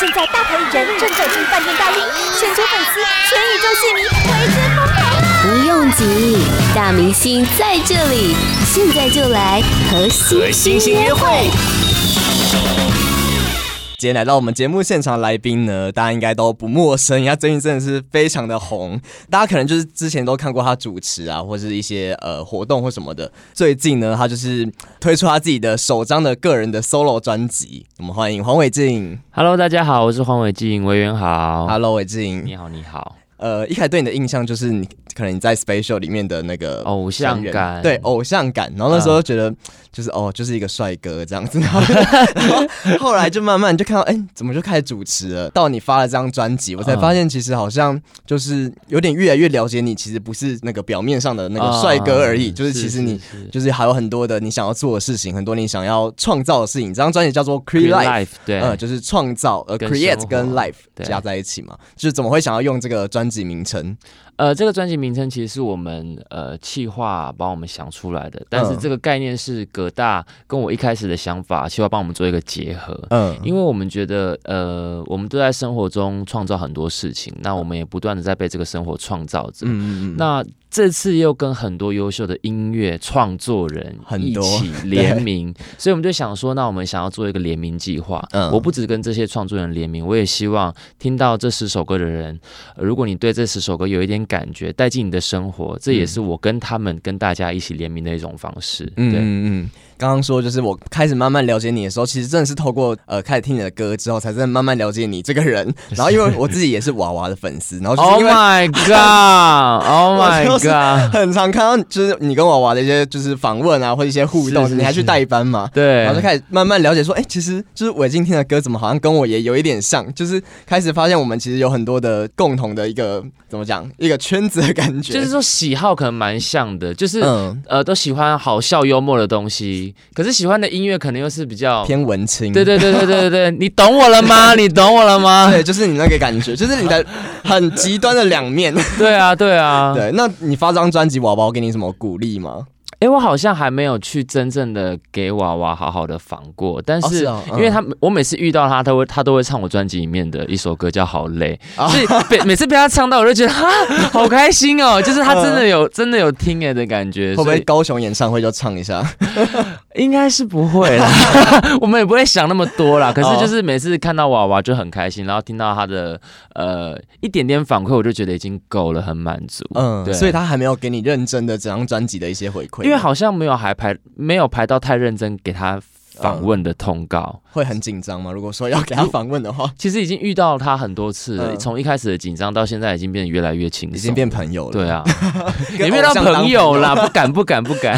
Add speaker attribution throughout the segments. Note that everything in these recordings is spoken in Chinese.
Speaker 1: 现在大牌艺人正走进饭店大厅，全球粉丝、全宇宙戏迷为之疯狂啊！
Speaker 2: 不用急，大明星在这里，现在就来和
Speaker 3: 和
Speaker 2: 星
Speaker 3: 星星
Speaker 2: 星
Speaker 3: 约
Speaker 2: 约
Speaker 3: 会
Speaker 2: 会。。
Speaker 3: 今天来到我们节目现场来宾呢，大家应该都不陌生，因为他最近真的是非常的红，大家可能就是之前都看过他主持啊，或是一些呃活动或什么的。最近呢，他就是推出他自己的首张的个人的 solo 专辑，我们欢迎黄伟晋。
Speaker 4: Hello，大家好，我是黄伟晋，委员好。
Speaker 3: Hello，伟晋。
Speaker 4: 你好，你好。
Speaker 3: 呃，一开始对你的印象就是你可能你在 special 里面的那个
Speaker 4: 偶像
Speaker 3: 成员
Speaker 4: 感嗯
Speaker 3: 对偶像感，然后那时候觉得就是、哦，就是一个帅哥这样子，然后然后后来就慢慢就看到，哎、怎么就开始主持了？到你发了这张专辑，我才
Speaker 4: 嗯
Speaker 3: 发现其实好像就是有点越来越了解你，其实不是那个表面上的那个
Speaker 4: 啊
Speaker 3: 帅哥而已，就是其
Speaker 4: 是
Speaker 3: 实你
Speaker 4: 是是
Speaker 3: 就是还有很多的你想要做的事情，很多你想要创造的事情。这张专辑叫做 Cre
Speaker 4: Free
Speaker 3: Life。
Speaker 4: Life 对，
Speaker 3: 呃，就是创造呃
Speaker 4: 跟
Speaker 3: create
Speaker 4: 生活
Speaker 3: 跟 life
Speaker 4: 对
Speaker 3: 加在一起嘛，就是怎么会想要用这个专辑名称？
Speaker 4: 呃，这个专辑名称其实是我们呃企划帮我们想出来的，但是
Speaker 3: 嗯
Speaker 4: 这个概念是葛大跟我一开始的想法，企划帮我们做一个结合。
Speaker 3: 嗯，
Speaker 4: 因为我们觉得，呃，我们都在生活中创造很多事情，那我们也不断的在被这个生活创造着。
Speaker 3: 嗯嗯嗯，
Speaker 4: 那这次又跟很多优秀的音乐创作人
Speaker 3: 很
Speaker 4: 一
Speaker 3: 多
Speaker 4: 起联名，所以我们就想说，那我们想要做一个联名计划。
Speaker 3: 嗯
Speaker 4: 我不只跟这些创作人联名，我也希望听到这十首歌的人，呃如果你对这十首歌有一点感觉，带进你的生活，这也是我跟他们、跟大家一起联名的一种方式。
Speaker 3: 嗯
Speaker 4: 对。
Speaker 3: 嗯嗯，刚刚说就是我开始慢慢了解你的时候，其实真的是透过呃开始听你的歌之后，才真的慢慢了解你这个 人。然后因为我自己也是娃娃的粉丝，然哦后就是
Speaker 4: Oh
Speaker 3: 因为
Speaker 4: my god! Oh
Speaker 3: 我
Speaker 4: my
Speaker 3: 就是
Speaker 4: god!
Speaker 3: 很常看到就是你跟娃娃的一些就是访问啊，或者一些互动，
Speaker 4: 是是
Speaker 3: 你还去
Speaker 4: 是
Speaker 3: 代班嘛？
Speaker 4: 对，
Speaker 3: 然后就开始慢慢了解说，哎、其实就是我已经听的歌，怎么好像跟我也有一点像，就是开始发现我们其实有很多的共同的一个怎么讲，一个圈子的感觉。
Speaker 4: 就是说喜好可能蛮像的，就是、
Speaker 3: 嗯，
Speaker 4: 呃都喜欢好笑幽默的东西，可是喜欢的音乐可能又是比较。
Speaker 3: 偏文青。
Speaker 4: 对对对对对对对，你懂我了吗？你懂我了吗？
Speaker 3: 对，就是你那个感觉，就是你的 很极端的两 面。
Speaker 4: 对啊对啊，
Speaker 3: 对，那你发张专辑，宝宝给你什么鼓励吗？
Speaker 4: 哎，我好像还没有去真正的给娃娃好好的仿过，但
Speaker 3: 哦是
Speaker 4: 是
Speaker 3: 哦嗯
Speaker 4: 因为他我每次遇到他，他会他都会唱我专辑里面的一首歌叫《好累》，
Speaker 3: 哦
Speaker 4: 所以每每次被他唱到，我就觉得哈好开心哦，就是他真的有真的有听哎的感觉，
Speaker 3: 嗯会不
Speaker 4: 所
Speaker 3: 会
Speaker 4: 以
Speaker 3: 高雄演唱会就唱一下？
Speaker 4: 应该是不会啦， 我们也不会想那么多啦。可
Speaker 3: 哦
Speaker 4: 是就是每次看到娃娃就很开心，然后听到他的呃一点点反馈，我就觉得已经够了，很满足。
Speaker 3: 嗯，
Speaker 4: 对
Speaker 3: 所以他还没有给你认真的整张专辑的一些回馈，
Speaker 4: 因为好像没有还排没有排到太认真给他访问的通告。
Speaker 3: 会很紧张吗？如果说要给他访问的话，
Speaker 4: 其实已经遇到他很多次了，
Speaker 3: 嗯
Speaker 4: 从一开始的紧张到现在已经变得越来越轻松，
Speaker 3: 已经变朋友了。
Speaker 4: 对，啊，
Speaker 3: 跟
Speaker 4: 也没有到
Speaker 3: 偶像当
Speaker 4: 朋友啦，不敢不敢不敢。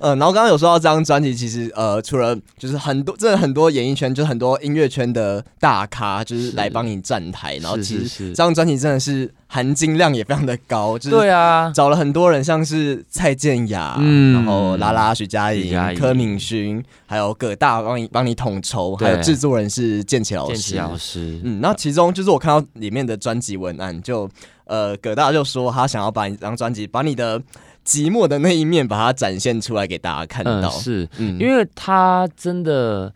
Speaker 3: 嗯，然后刚刚有说到这张专辑，其实呃，除了就是很多，真的很多演艺圈，就是很多音乐圈的大咖，就是
Speaker 4: 是
Speaker 3: 来帮你站台。然后
Speaker 4: 是
Speaker 3: 其
Speaker 4: 是
Speaker 3: 实
Speaker 4: 是
Speaker 3: 这张专辑真的是含金量也非常的高， 就是
Speaker 4: 对啊，
Speaker 3: 找了很多人，像是蔡健雅，
Speaker 4: 嗯
Speaker 3: 然后拉拉、徐佳
Speaker 4: 徐
Speaker 3: 莹
Speaker 4: 佳、莹
Speaker 3: 柯敏勋，还有葛大帮你帮你统筹，还有
Speaker 4: 对
Speaker 3: 制作人是建奇
Speaker 4: 建奇老师，
Speaker 3: 嗯，那其中就是我看到里面的专辑文案，就呃，葛大就说他想要把你这张专辑，把你的寂寞的那一面，把它展现出来给大家看
Speaker 4: 嗯
Speaker 3: 到。
Speaker 4: 是，
Speaker 3: 嗯
Speaker 4: 因为他真的，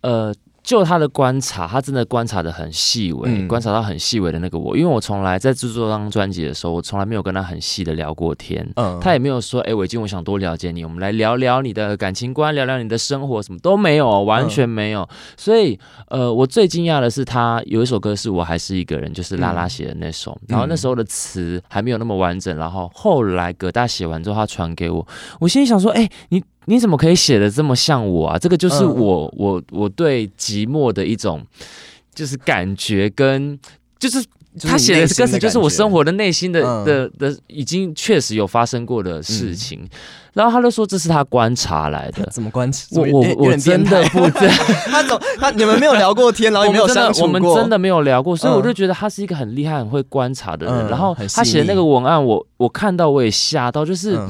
Speaker 4: 呃，就他的观察，他真的观察的很细微，
Speaker 3: 嗯
Speaker 4: 观察到很细微的那个我。因为我从来在制作这张专辑的时候，我从来没有跟他很细的聊过天。
Speaker 3: 嗯
Speaker 4: 他也没有说，哎、伟静，我想多了解你，我们来聊聊你的感情观，聊聊你的生活，什么都没有，完全没
Speaker 3: 嗯
Speaker 4: 有。嗯所以，呃，我最惊讶的是他有一首歌是我还是一个人，就是拉拉写的那首，然后那时候的词还没有那么完整，然后后来葛大写完之后，他传给我，我心里想说，哎、你你怎么可以写的这么像我啊？这个就是
Speaker 3: 嗯
Speaker 4: 我、我我对寂寞的一种就是感觉跟就是。
Speaker 3: 就是
Speaker 4: 他
Speaker 3: 你
Speaker 4: 写
Speaker 3: 内
Speaker 4: 的
Speaker 3: 心
Speaker 4: 歌
Speaker 3: 的
Speaker 4: 词就是
Speaker 3: 感
Speaker 4: 我
Speaker 3: 觉
Speaker 4: 生活的内心的、
Speaker 3: 嗯
Speaker 4: 的的已经确实有发生过的事情，然后他就说这是他观察来 的。
Speaker 3: 怎么关？
Speaker 4: 我
Speaker 3: 怎么
Speaker 4: 我
Speaker 3: 有点
Speaker 4: 我
Speaker 3: 有点变
Speaker 4: 真
Speaker 3: 态
Speaker 4: 的不 知道，
Speaker 3: 他总他你们没有聊过天，然
Speaker 4: 我
Speaker 3: 后也没有
Speaker 4: 们真
Speaker 3: 相
Speaker 4: 的
Speaker 3: 处
Speaker 4: 我
Speaker 3: 过，
Speaker 4: 们真的没有聊过，所以
Speaker 3: 嗯
Speaker 4: 我就觉得他是一个很厉害、很会观察的人。
Speaker 3: 嗯
Speaker 4: 然后
Speaker 3: 很细
Speaker 4: 他写的那个
Speaker 3: 腻
Speaker 4: 文案，我我看到我也吓到，就是
Speaker 3: 嗯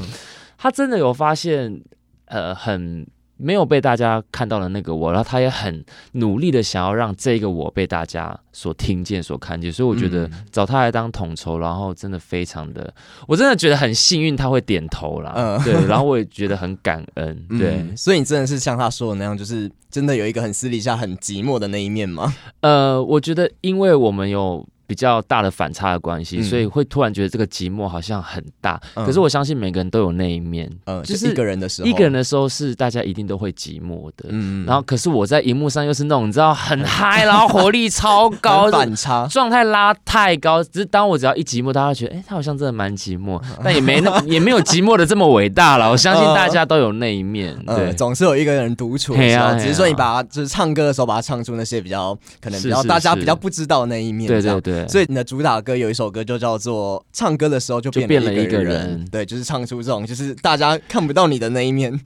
Speaker 4: 他真的有发现，呃，很没有被大家看到的那个我，然后他也很努力的想要让这个我被大家所听见、所看见，所以我觉得
Speaker 3: 嗯
Speaker 4: 找他来当统筹，然后真的非常的，我真的觉得很幸运他会点头啦，
Speaker 3: 嗯
Speaker 4: 对，然后我也觉得很感恩，对，
Speaker 3: 嗯所以你真的是像他说的那样，就是真的有一个很私底下很寂寞的那一面吗？
Speaker 4: 呃，我觉得因为我们有比较大的反差的关系，
Speaker 3: 嗯
Speaker 4: 所以会突然觉得这个寂寞好像很大。
Speaker 3: 嗯
Speaker 4: 可是我相信每个人都有那一面，
Speaker 3: 嗯，
Speaker 4: 就
Speaker 3: 就是一个人的时候，
Speaker 4: 一个人，的时候是大家一定都会寂寞的。
Speaker 3: 嗯
Speaker 4: 然后，可是我在荧幕上又是那种你知道很嗨，然后活力超高
Speaker 3: 很
Speaker 4: 的，
Speaker 3: 反差，
Speaker 4: 状态拉太高，只是当我只要一寂寞，大家会觉得，哎、他好像真的蛮寂 寞，但也没那也没有寂寞的这么伟大了。我相
Speaker 3: 嗯
Speaker 4: 信大家都有那一面，
Speaker 3: 呃，
Speaker 4: 对。
Speaker 3: 总是有一个人独处的
Speaker 4: 嘿
Speaker 3: 时
Speaker 4: 啊
Speaker 3: 候，
Speaker 4: 嘿啊
Speaker 3: 只是说你把它就是唱歌的时候把它唱出那些比较可能比
Speaker 4: 是
Speaker 3: 较
Speaker 4: 是
Speaker 3: 大家
Speaker 4: 是
Speaker 3: 比较不知道的那一面，
Speaker 4: 对
Speaker 3: 这
Speaker 4: 对
Speaker 3: 样
Speaker 4: 对，
Speaker 3: 所以你的主打歌有一首歌就叫做《唱歌的时候就
Speaker 4: 就
Speaker 3: 变
Speaker 4: 变
Speaker 3: 了
Speaker 4: 了一个
Speaker 3: 人》
Speaker 4: 人嗯
Speaker 3: 对，就是唱出这种就是大家看不到你的那一面，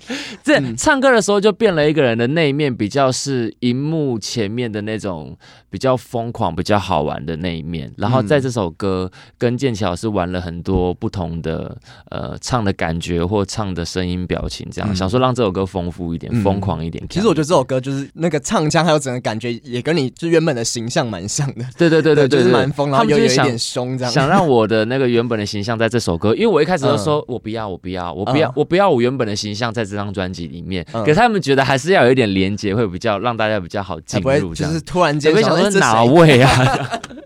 Speaker 4: 这
Speaker 3: 嗯
Speaker 4: 唱歌的时候就变了一个人的那一面，比较是荧幕前面的那种比较疯狂、比较好玩的那一面。然后在这首歌跟剑桥是玩了很多不同的呃唱的感觉或唱的声音、表情，这样、
Speaker 3: 嗯
Speaker 4: 想说让这首歌丰富一点、
Speaker 3: 嗯
Speaker 4: 疯狂一点。
Speaker 3: 其实我觉得这首歌就是那个唱腔还有整个感觉也跟你就原本的形象蛮像的，
Speaker 4: 对对对对对，
Speaker 3: 就是
Speaker 4: 对
Speaker 3: 蛮疯，然
Speaker 4: 他
Speaker 3: 后
Speaker 4: 们
Speaker 3: 又
Speaker 4: 就
Speaker 3: 有
Speaker 4: 是
Speaker 3: 一
Speaker 4: 想
Speaker 3: 点凶这样，
Speaker 4: 想让我的那个原本的形象在这首歌，因为我一开始都说、我不要，我不要，我不要，
Speaker 3: 嗯
Speaker 4: 我不要我原本的形象在这张专辑里面。
Speaker 3: 嗯
Speaker 4: 可是他们觉得还是要有一点连接，会比较让大家比较好
Speaker 3: 才
Speaker 4: 进
Speaker 3: 不会
Speaker 4: 入这
Speaker 3: 就
Speaker 4: 样
Speaker 3: 是。突然
Speaker 4: 才
Speaker 3: 间
Speaker 4: 不会
Speaker 3: 想
Speaker 4: 想
Speaker 3: 说
Speaker 4: 说
Speaker 3: 这
Speaker 4: 哪
Speaker 3: 谁，
Speaker 4: 位啊？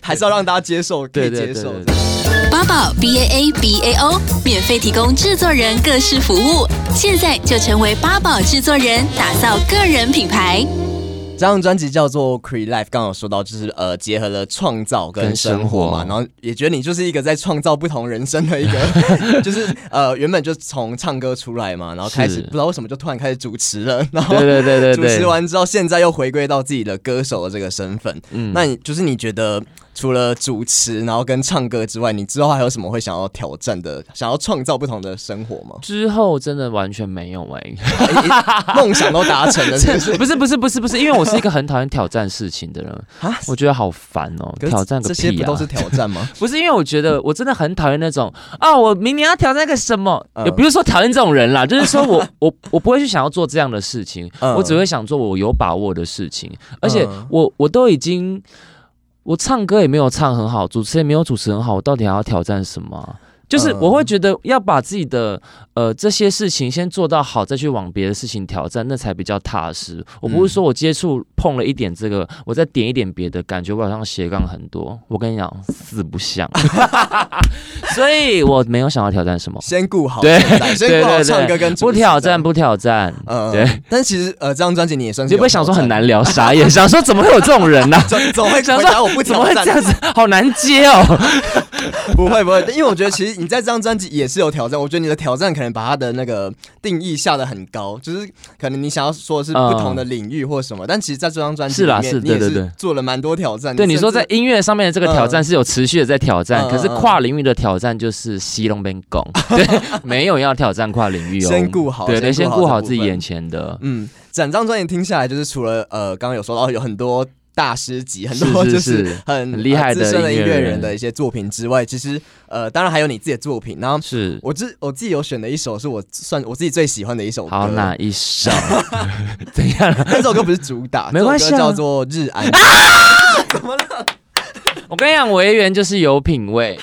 Speaker 3: 还是要让大家接受，可以
Speaker 4: 对对
Speaker 3: 接
Speaker 4: 对
Speaker 3: 受
Speaker 4: 对
Speaker 3: 这样。
Speaker 2: 八宝 B A A B A O 免费提供制作人各式服务，现在就成为八宝制作人，打造个人品牌。
Speaker 3: 这张专辑叫做《Cre Life》，刚刚有说到，就是呃，结合了创造跟
Speaker 4: 跟生
Speaker 3: 生活嘛，
Speaker 4: 活
Speaker 3: 然后也觉得你就是一个在创造不同人生的一 个，就是呃，原本就从唱歌出来嘛，然后开始
Speaker 4: 是
Speaker 3: 不知道为什么就突然开始主持了，然后
Speaker 4: 对对对对
Speaker 3: 主持
Speaker 4: 对，
Speaker 3: 完之后，现在又回归到自己的歌手的这个身份。
Speaker 4: 嗯？
Speaker 3: 那你就是你觉得除了主持，然后跟唱歌之外，你之后还有什么会想要挑战的，想要创造不同的生活吗
Speaker 4: 之后真的完全没有哎、
Speaker 3: 梦想都达成了，是不 是？
Speaker 4: 不是不是不是不是，因为我是一个很讨厌挑战事情的人，
Speaker 3: 啊，
Speaker 4: 我觉得好烦哦、
Speaker 3: 可是
Speaker 4: 挑战个
Speaker 3: 这
Speaker 4: 屁
Speaker 3: 些
Speaker 4: 啊！
Speaker 3: 不都是挑 战吗？
Speaker 4: 不是因为我觉得我真的很讨厌那种啊，我明年要挑战个什么，
Speaker 3: 嗯
Speaker 4: 也不是说讨厌这种人啦，就是说 我我我不会去想要做这样的事情，
Speaker 3: 嗯
Speaker 4: 我只会想做我有把握的事情，而且我我都已经。我唱歌也没有唱很好，主持也没有主持很好，我到底还要挑战什么啊？就是
Speaker 3: 嗯
Speaker 4: 我会觉得要把自己的呃这些事情先做到好，再去往别的事情挑战，那才比较踏实。我不是
Speaker 3: 嗯
Speaker 4: 说我接触碰了一点这个，我再点一点别的，感觉我好像斜杠很多。我跟你讲，四不 像，所以我没有想要挑战什么。
Speaker 3: 先顾好
Speaker 4: 对
Speaker 3: 现在，先
Speaker 4: 对
Speaker 3: 顾好
Speaker 4: 对
Speaker 3: 唱歌
Speaker 4: 对
Speaker 3: 跟，主
Speaker 4: 不
Speaker 3: 持
Speaker 4: 挑战，。不挑战，
Speaker 3: 呃，
Speaker 4: 对，
Speaker 3: 但其实呃，这张专辑你也算
Speaker 4: 你
Speaker 3: 是
Speaker 4: 就
Speaker 3: 有
Speaker 4: 不会想说很
Speaker 3: 挑战，
Speaker 4: 难聊，傻眼，想说怎么会有这种人 呢、
Speaker 3: 总总会
Speaker 4: 想
Speaker 3: 回
Speaker 4: 说
Speaker 3: 答我不
Speaker 4: 怎么
Speaker 3: 挑
Speaker 4: 会
Speaker 3: 战
Speaker 4: 这，样子？好难接哦。
Speaker 3: 不会不会，因为我觉得其实你在这张专辑也是有挑战，我觉得你的挑战可能把它的那个定义下的很高，就是可能你想要说的是不同的领域或什么，但其实在这张专辑
Speaker 4: 嗯是
Speaker 3: 里
Speaker 4: 啦
Speaker 3: 面
Speaker 4: 是
Speaker 3: 你也
Speaker 4: 对对
Speaker 3: 是
Speaker 4: 对
Speaker 3: 做了蛮多挑战。
Speaker 4: 对，你
Speaker 3: 甚
Speaker 4: 说
Speaker 3: 至
Speaker 4: 在音乐上面的这个挑战是有持续的在挑战，
Speaker 3: 嗯
Speaker 4: 可是
Speaker 3: 嗯嗯
Speaker 4: 跨领域的挑战就是西龙边拱， 对，没有要挑战跨领域哦，
Speaker 3: 先顾好
Speaker 4: 对对，先
Speaker 3: 先顾好
Speaker 4: 顾好
Speaker 3: 这
Speaker 4: 自己
Speaker 3: 部分
Speaker 4: 眼前的。
Speaker 3: 嗯，整张专辑听下来，就是除了呃，刚刚有说到有很多大师级，很多
Speaker 4: 是
Speaker 3: 就是是很
Speaker 4: 很厉害
Speaker 3: 呃
Speaker 4: 的
Speaker 3: 资深的音
Speaker 4: 音乐
Speaker 3: 乐人
Speaker 4: 人
Speaker 3: 的一些作品之外，其实呃，当然还有你自己的作品。然后
Speaker 4: 是，
Speaker 3: 我自我自己有选的一首是我算我自己最喜欢的一首歌，
Speaker 4: 好哪一首？ 怎样啊了？
Speaker 3: 但这首歌不是主打，
Speaker 4: 没关系啊
Speaker 3: 这首歌叫做《日 安》。
Speaker 4: 啊我跟你讲，维园就是有品味。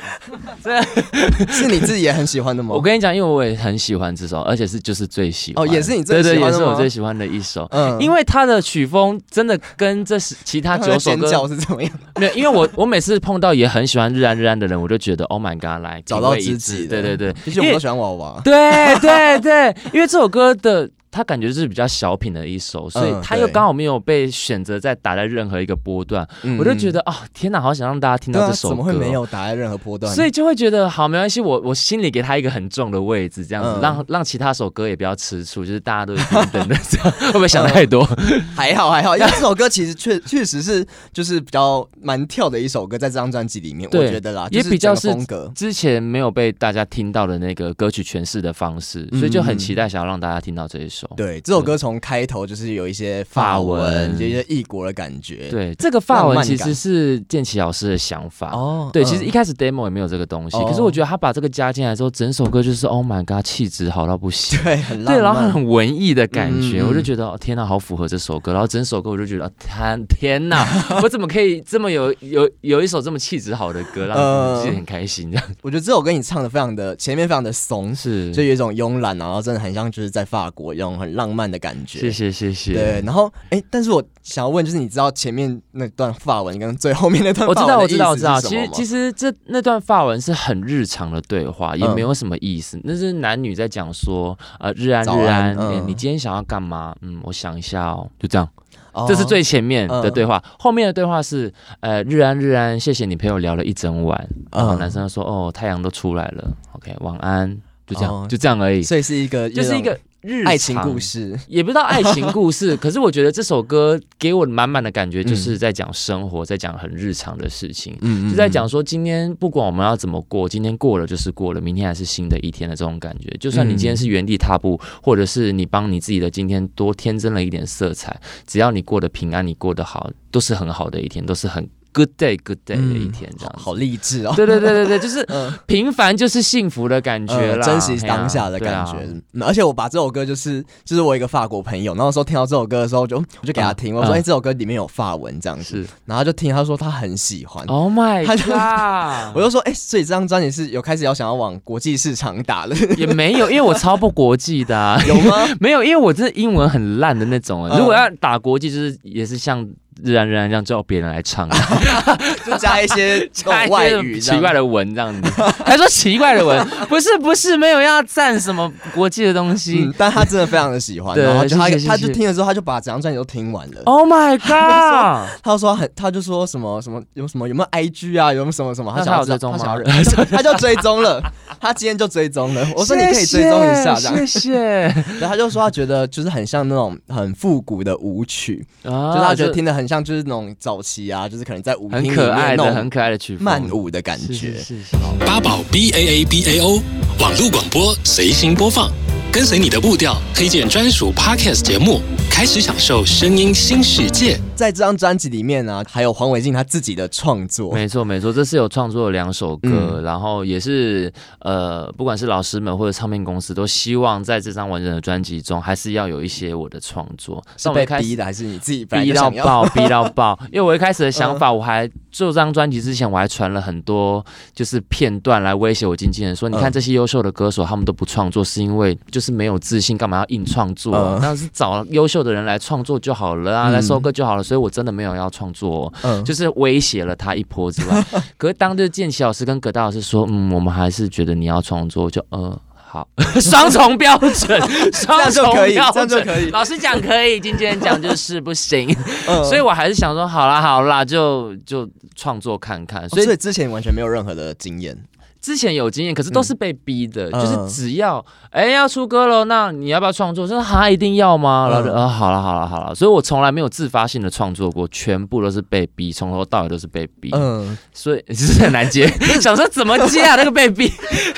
Speaker 3: 是你自己也很喜欢的吗？
Speaker 4: 我跟你讲，因为我也很喜欢这首，而且是就是最喜欢
Speaker 3: 哦
Speaker 4: 的，
Speaker 3: 也是你最
Speaker 4: 对
Speaker 3: 喜
Speaker 4: 对，
Speaker 3: 欢
Speaker 4: 也
Speaker 3: 的
Speaker 4: 是
Speaker 3: 吗
Speaker 4: 我最喜欢的一首。
Speaker 3: 嗯
Speaker 4: 因为它的曲风真的跟这是其他
Speaker 3: 他
Speaker 4: 九
Speaker 3: 的
Speaker 4: 首
Speaker 3: 尖
Speaker 4: 歌
Speaker 3: 叫是怎么样？
Speaker 4: 没有，因为我 我每次碰到也很喜欢日安日安的人，我就觉得 Oh my God，来
Speaker 3: 找到
Speaker 4: 品味
Speaker 3: 知
Speaker 4: 一
Speaker 3: 己
Speaker 4: 致
Speaker 3: 的
Speaker 4: 对对对，
Speaker 3: 其实我
Speaker 4: 因
Speaker 3: 们
Speaker 4: 为
Speaker 3: 都喜欢娃娃，
Speaker 4: 对对对，因为这首歌的它感觉就是比较小品的一首，所以
Speaker 3: 嗯
Speaker 4: 它又
Speaker 3: 对
Speaker 4: 刚好没有被选择在打在任何一个波段，我就觉
Speaker 3: 得
Speaker 4: 得哦天哪，好想让大家听
Speaker 3: 嗯对
Speaker 4: 到
Speaker 3: 啊，
Speaker 4: 这首歌，
Speaker 3: 怎么会没？有啊打在任何波段？
Speaker 4: 所以就会觉得好，没关系，我我心里给他一个很重的位置，这样子、
Speaker 3: 嗯
Speaker 4: 让让其他首歌也不要吃醋，就是大家都是平等的，这样 会不会想太多？
Speaker 3: 还好还好，因为这首歌其实确确实是就是比较蛮跳的一首歌，在这张专辑里面，我
Speaker 4: 对
Speaker 3: 觉得啦，
Speaker 4: 也
Speaker 3: 就是
Speaker 4: 比较是
Speaker 3: 整个
Speaker 4: 哦
Speaker 3: 风格。
Speaker 4: 之前没有被大家听到的那个歌曲诠释的方式，所以就很期待想要让大家听到这一首。
Speaker 3: 嗯对，这首歌从开头就是有一些法文，
Speaker 4: 法文
Speaker 3: 有一些异国的感觉。，
Speaker 4: 对，这个发
Speaker 3: 浪
Speaker 4: 文
Speaker 3: 漫
Speaker 4: 其
Speaker 3: 感
Speaker 4: 实是建奇老师的想法。
Speaker 3: 哦
Speaker 4: 对，其实
Speaker 3: 嗯
Speaker 4: 一开始 demo 也没有这个东西，
Speaker 3: 哦
Speaker 4: 可是我觉得他把这个加进来之后，整首歌就是 Oh my God，气质好到不行。
Speaker 3: 对，很 浪
Speaker 4: 对，
Speaker 3: 漫。
Speaker 4: 然后很文艺的感觉，
Speaker 3: 嗯嗯
Speaker 4: 我就觉得哦天哪，好符合这首歌。然后整首歌我就觉得，啊天天哪，我怎么可以这么有有有一首这么气质好的歌，让
Speaker 3: 呃
Speaker 4: 自己很开心这样？
Speaker 3: 我觉得这首歌你唱的非常的前面非常的怂，
Speaker 4: 是，
Speaker 3: 就有一种慵懒，然后真的很像就是在法国一种很浪漫的感觉。
Speaker 4: 谢谢谢谢。
Speaker 3: 对，然后哎、但是我想要问，就是你知道前面那段法文跟最后面那 段
Speaker 4: 我知道，
Speaker 3: 法
Speaker 4: 我
Speaker 3: 文的
Speaker 4: 知
Speaker 3: 意
Speaker 4: 道，我
Speaker 3: 思
Speaker 4: 知道。
Speaker 3: 是
Speaker 4: 其
Speaker 3: 什么
Speaker 4: 实
Speaker 3: 吗？
Speaker 4: 其实这那段发文是很日常的对话，也
Speaker 3: 嗯
Speaker 4: 没有什么意思。那是男女在讲说，呃，日安
Speaker 3: 早
Speaker 4: 日安
Speaker 3: 安，
Speaker 4: 哎
Speaker 3: 嗯
Speaker 4: 你今天想要干嘛？嗯，我想一下哦，就这样。
Speaker 3: 哦
Speaker 4: 这是最前面的
Speaker 3: 嗯
Speaker 4: 对话，后面的对话是，呃，日安日安，谢谢你陪我聊了一整晚。然后
Speaker 3: 嗯
Speaker 4: 男生就说，哦，太阳都出来了，OK，晚安，就这样，
Speaker 3: 哦
Speaker 4: 就这样而已，
Speaker 3: 所以是一个
Speaker 4: 就是一个日
Speaker 3: 爱情
Speaker 4: 常
Speaker 3: 故事，
Speaker 4: 也不知道爱情故事，可是我觉得这首歌给我满满的感觉，就是在讲生活，在讲很日常的事情，
Speaker 3: 嗯
Speaker 4: 就在讲说今天不管我们要怎么过，今天过了就是过了，明天还是新的一天的这种感觉。就
Speaker 3: 嗯
Speaker 4: 算你今天是原地踏步，或者是你帮你自己的今天多添增了一点色彩，只要你过得平安，你过得好，都是很好的一天，都是很 good day good day 的一天，这样子。
Speaker 3: 嗯好励志哦。
Speaker 4: 对对对对 对，就是
Speaker 3: 嗯
Speaker 4: 平凡就是幸福的感觉
Speaker 3: 呃
Speaker 4: 啦，
Speaker 3: 珍惜
Speaker 4: 嘿啊
Speaker 3: 当下的
Speaker 4: 对啊
Speaker 3: 感觉、嗯而且我把这首歌就是就是我一个法国朋友，那时候听到这首歌的时候就，我就给他听，我说
Speaker 4: 嗯
Speaker 3: 哎、这首歌里面有法文这样子，
Speaker 4: 是
Speaker 3: 然后他就听他说他很喜欢。
Speaker 4: Oh my
Speaker 3: 他就
Speaker 4: god！
Speaker 3: 我就说，哎、所以这张专辑是有开始要想要往国际市场打了，
Speaker 4: 也没有，因为我超不国际的、啊，
Speaker 3: 有吗？
Speaker 4: 没 有，因为我真的英文很烂的那种、啊
Speaker 3: 嗯
Speaker 4: 如果要打国际，就是也是像自然而然这样叫别人来唱， 啊
Speaker 3: 就加一 些 这种外语这
Speaker 4: 奇
Speaker 3: 样
Speaker 4: 怪的文这样子，还说奇怪的文， 不是不是，没有要占什么国际的东西。
Speaker 3: 嗯，但他真的非常的喜欢，
Speaker 4: 对
Speaker 3: 然后就他
Speaker 4: 谢谢
Speaker 3: 他
Speaker 4: 谢谢
Speaker 3: 就听了之后，他就把整张专辑都听完了。
Speaker 4: Oh my god！
Speaker 3: 他说很，他就说什么什么有什么有没有 IG 啊，有没有什么什么，
Speaker 4: 那
Speaker 3: 他想
Speaker 4: 他有
Speaker 3: 要知道
Speaker 4: 追踪吗
Speaker 3: 他想要认他就追踪了， 他今天就追踪了。 我说你可以追踪一下这样，
Speaker 4: 谢谢。
Speaker 3: 然后他就说他觉得就是很像那种很复古的舞曲，
Speaker 4: 啊
Speaker 3: 就是他觉得听的很像就是那种早期啊，就是可能在舞厅里
Speaker 4: 很
Speaker 3: 面
Speaker 4: 可爱的、
Speaker 3: 那
Speaker 4: 很
Speaker 3: 种
Speaker 4: 可爱的曲风，
Speaker 3: 慢舞的感
Speaker 4: 是
Speaker 3: 觉。
Speaker 4: 是是是
Speaker 5: 八宝 B A A B A O 网络广播随心播放，跟随你的步调，推荐专属 Podcast 节目，开始享受声音新世界。
Speaker 3: 在这张专辑里面呢，还有黄伟晋他自己的创 作，
Speaker 4: 没错，没错，这是有创作了两首歌，
Speaker 3: 嗯
Speaker 4: 然后也是呃，不管是老师们或者唱片公司，都希望在这张完整的专辑中，还是要有一些我的创作。
Speaker 3: 是
Speaker 4: 那我一
Speaker 3: 被
Speaker 4: 开始
Speaker 3: 逼的还是你自己本来
Speaker 4: 逼
Speaker 3: 就
Speaker 4: 到
Speaker 3: 想要？
Speaker 4: 爆，逼到爆！因为我一开始的想法，我还做这张专辑之前，我还传了很多就是片段来威胁我经纪人，说你看
Speaker 3: 嗯
Speaker 4: 这些优秀的歌手，他们都不创作，是因为就是没有自信，干嘛要硬创作啊？
Speaker 3: 嗯
Speaker 4: 那是找优秀的人来创作就好了啊，
Speaker 3: 嗯
Speaker 4: 来收割就好了。所以我真的没有要创作哦，
Speaker 3: 嗯
Speaker 4: 就是威胁了他一波之 外。可是当这建奇老师跟葛大老师说，嗯，我们还是觉得你要创作，我就呃。好， 双重标准，双
Speaker 3: 样就
Speaker 4: 重
Speaker 3: 可以
Speaker 4: 标
Speaker 3: 这样
Speaker 4: 准
Speaker 3: 就可以
Speaker 4: 老师讲可以，经纪人讲就是不行。
Speaker 3: 嗯
Speaker 4: 所以我还是想说，好啦好啦，就就创作看看。
Speaker 3: 哦嗯所
Speaker 4: 所
Speaker 3: 以,、
Speaker 4: 以
Speaker 3: 之前完全没有任何的经验，
Speaker 4: 之前有经验，可是都是被逼的，
Speaker 3: 嗯
Speaker 4: 就是只要哎、要出歌了，那你要不要创作？说哈一定要吗？然后就
Speaker 3: 嗯
Speaker 4: 啊、好了好了好了，所以我从来没有自发性的创作过，全部都是被逼，从头到尾都是被逼。
Speaker 3: 嗯，
Speaker 4: 所以其实很难接，想说怎么接啊？那个被逼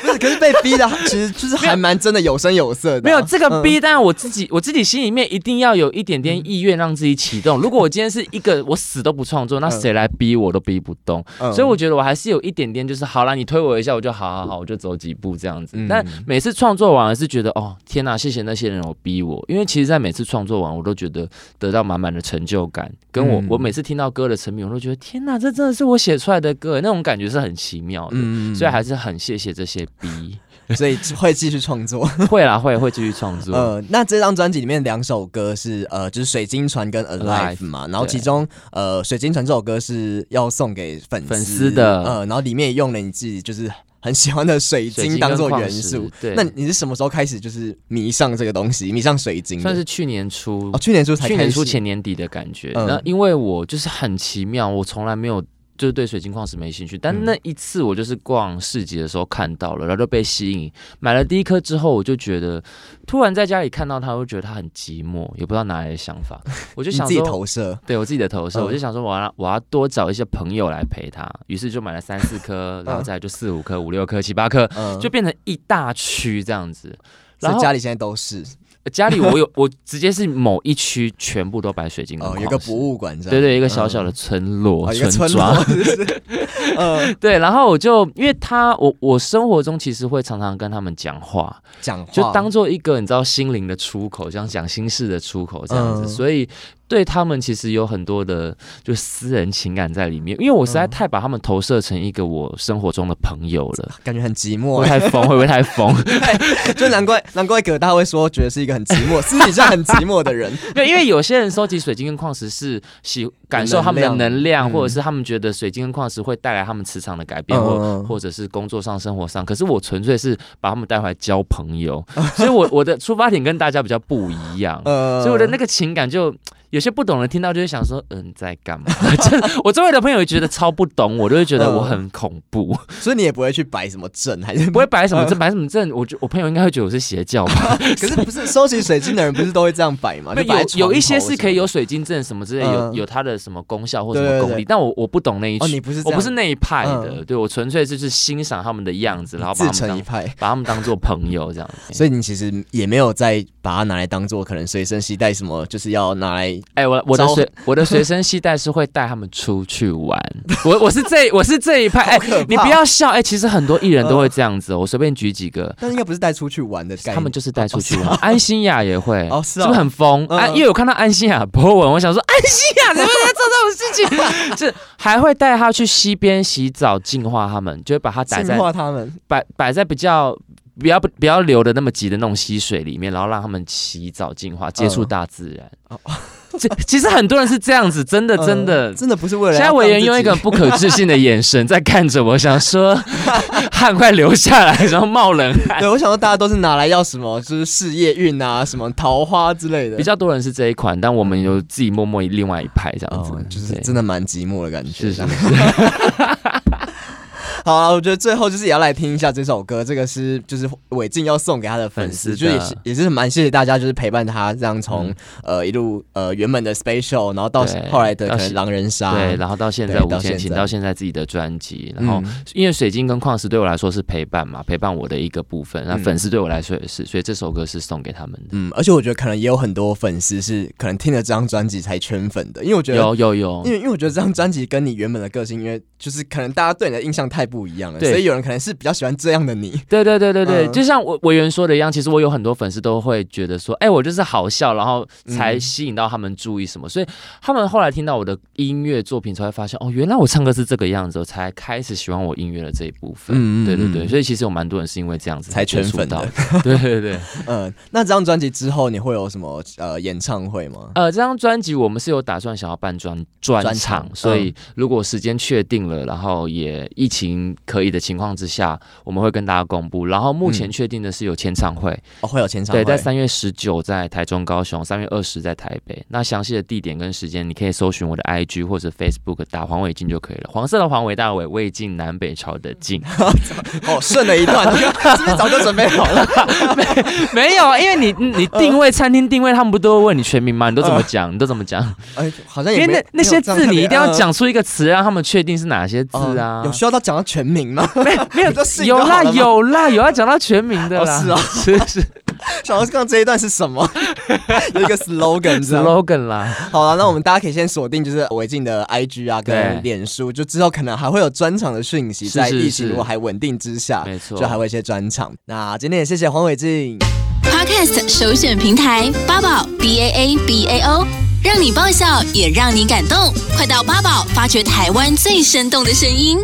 Speaker 3: 不是，可是被逼的，其实就是还蛮真的有声有色的啊、
Speaker 4: 没有这个
Speaker 3: 嗯
Speaker 4: 逼，但我自己我自己心里面一定要有一点点意愿让自己启动。如果我今天是一个我死都不创作，那谁来逼我都逼不动。
Speaker 3: 嗯
Speaker 4: 所以我觉得我还是有一点点，就是好啦，你推我一下，我就好好好，我就走几步这样子。
Speaker 3: 嗯
Speaker 4: 但每次创作完，还是觉得哦，天呐，谢谢那些人有逼我，因为其实，在每次创作完，我都觉得得到满满的成就感，跟我、
Speaker 3: 嗯
Speaker 4: 我每次听到歌的成品，我都觉得天呐，这真的是我写出来的歌，那种感觉是很奇妙的。
Speaker 3: 嗯
Speaker 4: 所以还是很谢谢这些逼，
Speaker 3: 所以会继续创作。
Speaker 4: 会啦会会继续创作。
Speaker 3: 呃，那这张专辑里面两首歌是呃，就是《水晶船》跟《Alive》嘛，然后其中呃，《水晶船》这首歌是要送给粉丝
Speaker 4: 粉丝的
Speaker 3: 呃，然后里面也用了你自己就是很喜欢的水
Speaker 4: 水晶
Speaker 3: 晶当做
Speaker 4: 跟矿
Speaker 3: 元
Speaker 4: 石
Speaker 3: 素。
Speaker 4: 对
Speaker 3: 那你是什么时候开始就是迷上这个东西，迷上水晶的？
Speaker 4: 算是去年初
Speaker 3: 哦，去年初才
Speaker 4: 去
Speaker 3: 开
Speaker 4: 年初
Speaker 3: 始
Speaker 4: 前年底的感觉。
Speaker 3: 嗯
Speaker 4: 那因为我就是很奇妙，我从来没有。就是对水晶矿石没兴趣，
Speaker 3: 嗯
Speaker 4: 但那一次我就是逛市集的时候看到了，然后就被吸引，买了第一颗之后，我就觉得突然在家里看到它，我就觉得它很寂寞，也不知道哪来的想 法，我就
Speaker 3: 你
Speaker 4: 想
Speaker 3: 自己
Speaker 4: 说，
Speaker 3: 投射，
Speaker 4: 对我自己的投射，
Speaker 3: 嗯
Speaker 4: 我就想说我要我要多找一些朋友来陪它，于是就买了三四颗，然后再来就四五颗、五六颗、七八颗，
Speaker 3: 嗯，
Speaker 4: 就变成一大区这样子。
Speaker 3: 所
Speaker 4: 然
Speaker 3: 以
Speaker 4: 后
Speaker 3: 家里现在都是
Speaker 4: 家里 我有，我直接是某一区全部都摆水晶跟
Speaker 3: 哦，
Speaker 4: 矿
Speaker 3: 有个
Speaker 4: 石
Speaker 3: 博物馆这样，嗯
Speaker 4: 对对，一个小小的村落、
Speaker 3: 哦，一个村
Speaker 4: 庄
Speaker 3: 落，。是不是嗯，
Speaker 4: 对，然后我就因为他，我我生活中其实会常常跟他们讲话，
Speaker 3: 讲话
Speaker 4: 就当做一个你知道心灵的出口，这样讲心事的出口这样子，
Speaker 3: 嗯
Speaker 4: 所以对他们其实有很多的就私人情感在里面，因为我实
Speaker 3: 嗯
Speaker 4: 在太把他们投射成一个我生活中的朋友了。
Speaker 3: 感觉很寂
Speaker 4: 会不
Speaker 3: 寞
Speaker 4: 会，太疯？会不会太疯？
Speaker 3: 就难怪难怪葛大会说觉得是一个很寂寞，私底下很寂寞的人。
Speaker 4: 对，因为有些人收集水晶跟矿石是喜感受他们的
Speaker 3: 能量
Speaker 4: 能量，
Speaker 3: 嗯
Speaker 4: 或者是他们觉得水晶跟矿石会带来他们磁场的改变，
Speaker 3: 嗯
Speaker 4: 或或者是工作上、生活上。可是我纯粹是把他们带回来交朋 友，所以我我的出发点跟大家比较不一样，
Speaker 3: 呃，
Speaker 4: 所以我的那个情感就。有些不懂的听到就会想说，嗯，你在干嘛？ 就是我周围的朋友也觉得超不懂，我就会觉得
Speaker 3: 嗯
Speaker 4: 我很恐怖，
Speaker 3: 所以你也不会去摆什么阵，还是
Speaker 4: 不会摆什
Speaker 3: 嗯
Speaker 4: 么证，摆什么证，我觉我朋友应该会觉得我是邪教吧。
Speaker 3: 可是不是收集水晶的人不是都会这样摆吗？
Speaker 4: 那
Speaker 3: 啊就摆在
Speaker 4: 有有一些
Speaker 3: 床头
Speaker 4: 是可以有
Speaker 3: 什
Speaker 4: 水晶证什么之类，有
Speaker 3: 嗯
Speaker 4: 有它的什么功效或什
Speaker 3: 对
Speaker 4: 么
Speaker 3: 对
Speaker 4: 功力，
Speaker 3: 对
Speaker 4: 但我我不懂那一
Speaker 3: 么的哦，你
Speaker 4: 群，
Speaker 3: 不是这
Speaker 4: 我
Speaker 3: 样
Speaker 4: 不是那一派的，
Speaker 3: 嗯
Speaker 4: 对我纯粹就是欣赏他们的样子，然后把他
Speaker 3: 自
Speaker 4: 们
Speaker 3: 成
Speaker 4: 当
Speaker 3: 一派，
Speaker 4: 把他们当做朋友这样子。
Speaker 3: 所以你其实也没有再把它拿来当做可能随身携带什么，就是要拿来
Speaker 4: 哎、我我的
Speaker 3: 招
Speaker 4: 随我的随身携带是会带他们出去玩，我我是这我是这一 派，哎、
Speaker 3: 可怕哦
Speaker 4: 你不要笑，哎、其实很多艺人都会这样子，我随便举几个。
Speaker 3: 但应该不是带出去玩的概念。
Speaker 4: 他们就是带出 去玩，安心雅也会，
Speaker 3: 哦是哦
Speaker 4: 不是很疯？
Speaker 3: 嗯
Speaker 4: 安、因为我看到安心雅 po 文，我想说安心雅怎么在做这种事情？是还会带他去溪边洗澡，净化他们，就会把它摆
Speaker 3: 净
Speaker 4: 在
Speaker 3: 化他们，
Speaker 4: 摆摆在比较。不要不不要流的那么急的那种溪水里面，然后让他们洗澡净化，接触大自然。
Speaker 3: 哦
Speaker 4: 这、其实很多人是这样子，真的
Speaker 3: 呃
Speaker 4: 真的。
Speaker 3: 真的不是为了
Speaker 4: 现在
Speaker 3: 要让
Speaker 4: 委
Speaker 3: 自己。
Speaker 4: 员用一个不可置信的眼神在看着我，想 说汗快流下来，然后冒冷汗。
Speaker 3: 对，我想说大家都是拿来要什么， 就是事业运啊，什么桃花之类的，
Speaker 4: 比较多人是这一款，但我们有自己默默另外一派这样子，
Speaker 3: 嗯哦，就是
Speaker 4: 对
Speaker 3: 真的蛮寂寞的感觉。
Speaker 4: 是是
Speaker 3: 好了，我觉得最后就是也要来听一下这首歌，这个是就是韦静要送给他的粉丝，
Speaker 4: 粉丝
Speaker 3: 就
Speaker 4: 的
Speaker 3: 也是也是蛮谢谢大家，就是陪伴他这样从、
Speaker 4: 嗯
Speaker 3: 呃一路呃原本的 special，然后到
Speaker 4: 对
Speaker 3: 后来的
Speaker 4: 到
Speaker 3: 可能
Speaker 4: 现
Speaker 3: 狼人杀，
Speaker 4: 对，然后到现在
Speaker 3: 啊对
Speaker 4: 五
Speaker 3: 到
Speaker 4: 千
Speaker 3: 现
Speaker 4: 请
Speaker 3: 在
Speaker 4: 到现在自己的专辑，然
Speaker 3: 嗯
Speaker 4: 后因为水晶跟矿石对我来说是陪伴嘛，陪伴我的一个部分，那
Speaker 3: 嗯
Speaker 4: 粉丝对我来说也是，所以这首歌是送给他们的。
Speaker 3: 嗯，而且我觉得可能也有很多粉丝是可能听了这张专辑才圈粉的，因为我觉得
Speaker 4: 有有有
Speaker 3: 因，为因为我觉得这张专辑跟你原本的个性，因为就是可能大家对你的印象太不一样了，
Speaker 4: 对
Speaker 3: 所以有人可能是比较喜欢这样的你。
Speaker 4: 对对对对对，
Speaker 3: 嗯
Speaker 4: 就像我委员说的一样，其实我有很多粉丝都会觉得说，哎、我就是好笑，然后才吸引到他们注意什么，所以他们后来听到我的音乐作品才会发现，哦，原来我唱歌是这个样子，我才开始喜欢我音乐的这一部分。
Speaker 3: 嗯嗯
Speaker 4: 对对
Speaker 3: 嗯
Speaker 4: 对，所以其实有蛮多人是因为这样子
Speaker 3: 才
Speaker 4: 接
Speaker 3: 圈
Speaker 4: 触
Speaker 3: 粉
Speaker 4: 到
Speaker 3: 的。
Speaker 4: 对对对。
Speaker 3: 嗯，那这张专辑之后你会有什么呃演唱会吗？
Speaker 4: 呃，这张专辑我们是有打算想要办专专
Speaker 3: 专
Speaker 4: 场
Speaker 3: 场，
Speaker 4: 所以如果时间确定了，然后也疫情可以的情况之下，我们会跟大家公布。然后目前
Speaker 3: 嗯
Speaker 4: 确定的是有签唱会，
Speaker 3: 哦，会有签唱
Speaker 4: 对，
Speaker 3: 会，
Speaker 4: 在三月十九在台中、高雄，三月二十在台北。那详细的地点跟时间，你可以搜寻我的 IG 或者 Facebook 打黄伟进就可以了。黄色的黄，伟大伟，魏晋南北朝的晋。
Speaker 3: 哦，顺了一 段，是不是早就准备好了？
Speaker 4: 没有，因为你你你定位餐厅定位，他们不都会问你全名吗？你都怎么讲？你都怎么讲？
Speaker 3: 哎，好像
Speaker 4: 因
Speaker 3: 呃也
Speaker 4: 为
Speaker 3: 没
Speaker 4: 那那些字你一定要。
Speaker 3: 没有这样特别
Speaker 4: 讲出一个词，让他们确定是哪些字
Speaker 3: 嗯
Speaker 4: 啊
Speaker 3: 嗯有。需要到讲到全名吗？ 没有，
Speaker 4: 没有
Speaker 3: 都信
Speaker 4: 有
Speaker 3: 都好
Speaker 4: 啦
Speaker 3: 了吗
Speaker 4: 有啦有要讲到全名的
Speaker 3: 哦
Speaker 4: 啦，
Speaker 3: 是哦
Speaker 4: 是是
Speaker 3: 想要看这一段是什么？ 有一 个 slogan 这样
Speaker 4: slogan 啦，
Speaker 3: 好了，那我们大家可以先锁定就是韦静的 IG 啊，
Speaker 4: 对
Speaker 3: 跟脸书，就之后可能还会有专场的讯息，
Speaker 4: 是
Speaker 3: 在
Speaker 4: 是
Speaker 3: 疫
Speaker 4: 是
Speaker 3: 情如果还稳定之下，
Speaker 4: 没错
Speaker 3: 就还会有一些专场。那今天也谢谢黄伟静，
Speaker 2: Podcast 首选平台八宝 B A A B A O，让你爆笑也让你感动。快到八宝发掘台湾最生动的声音。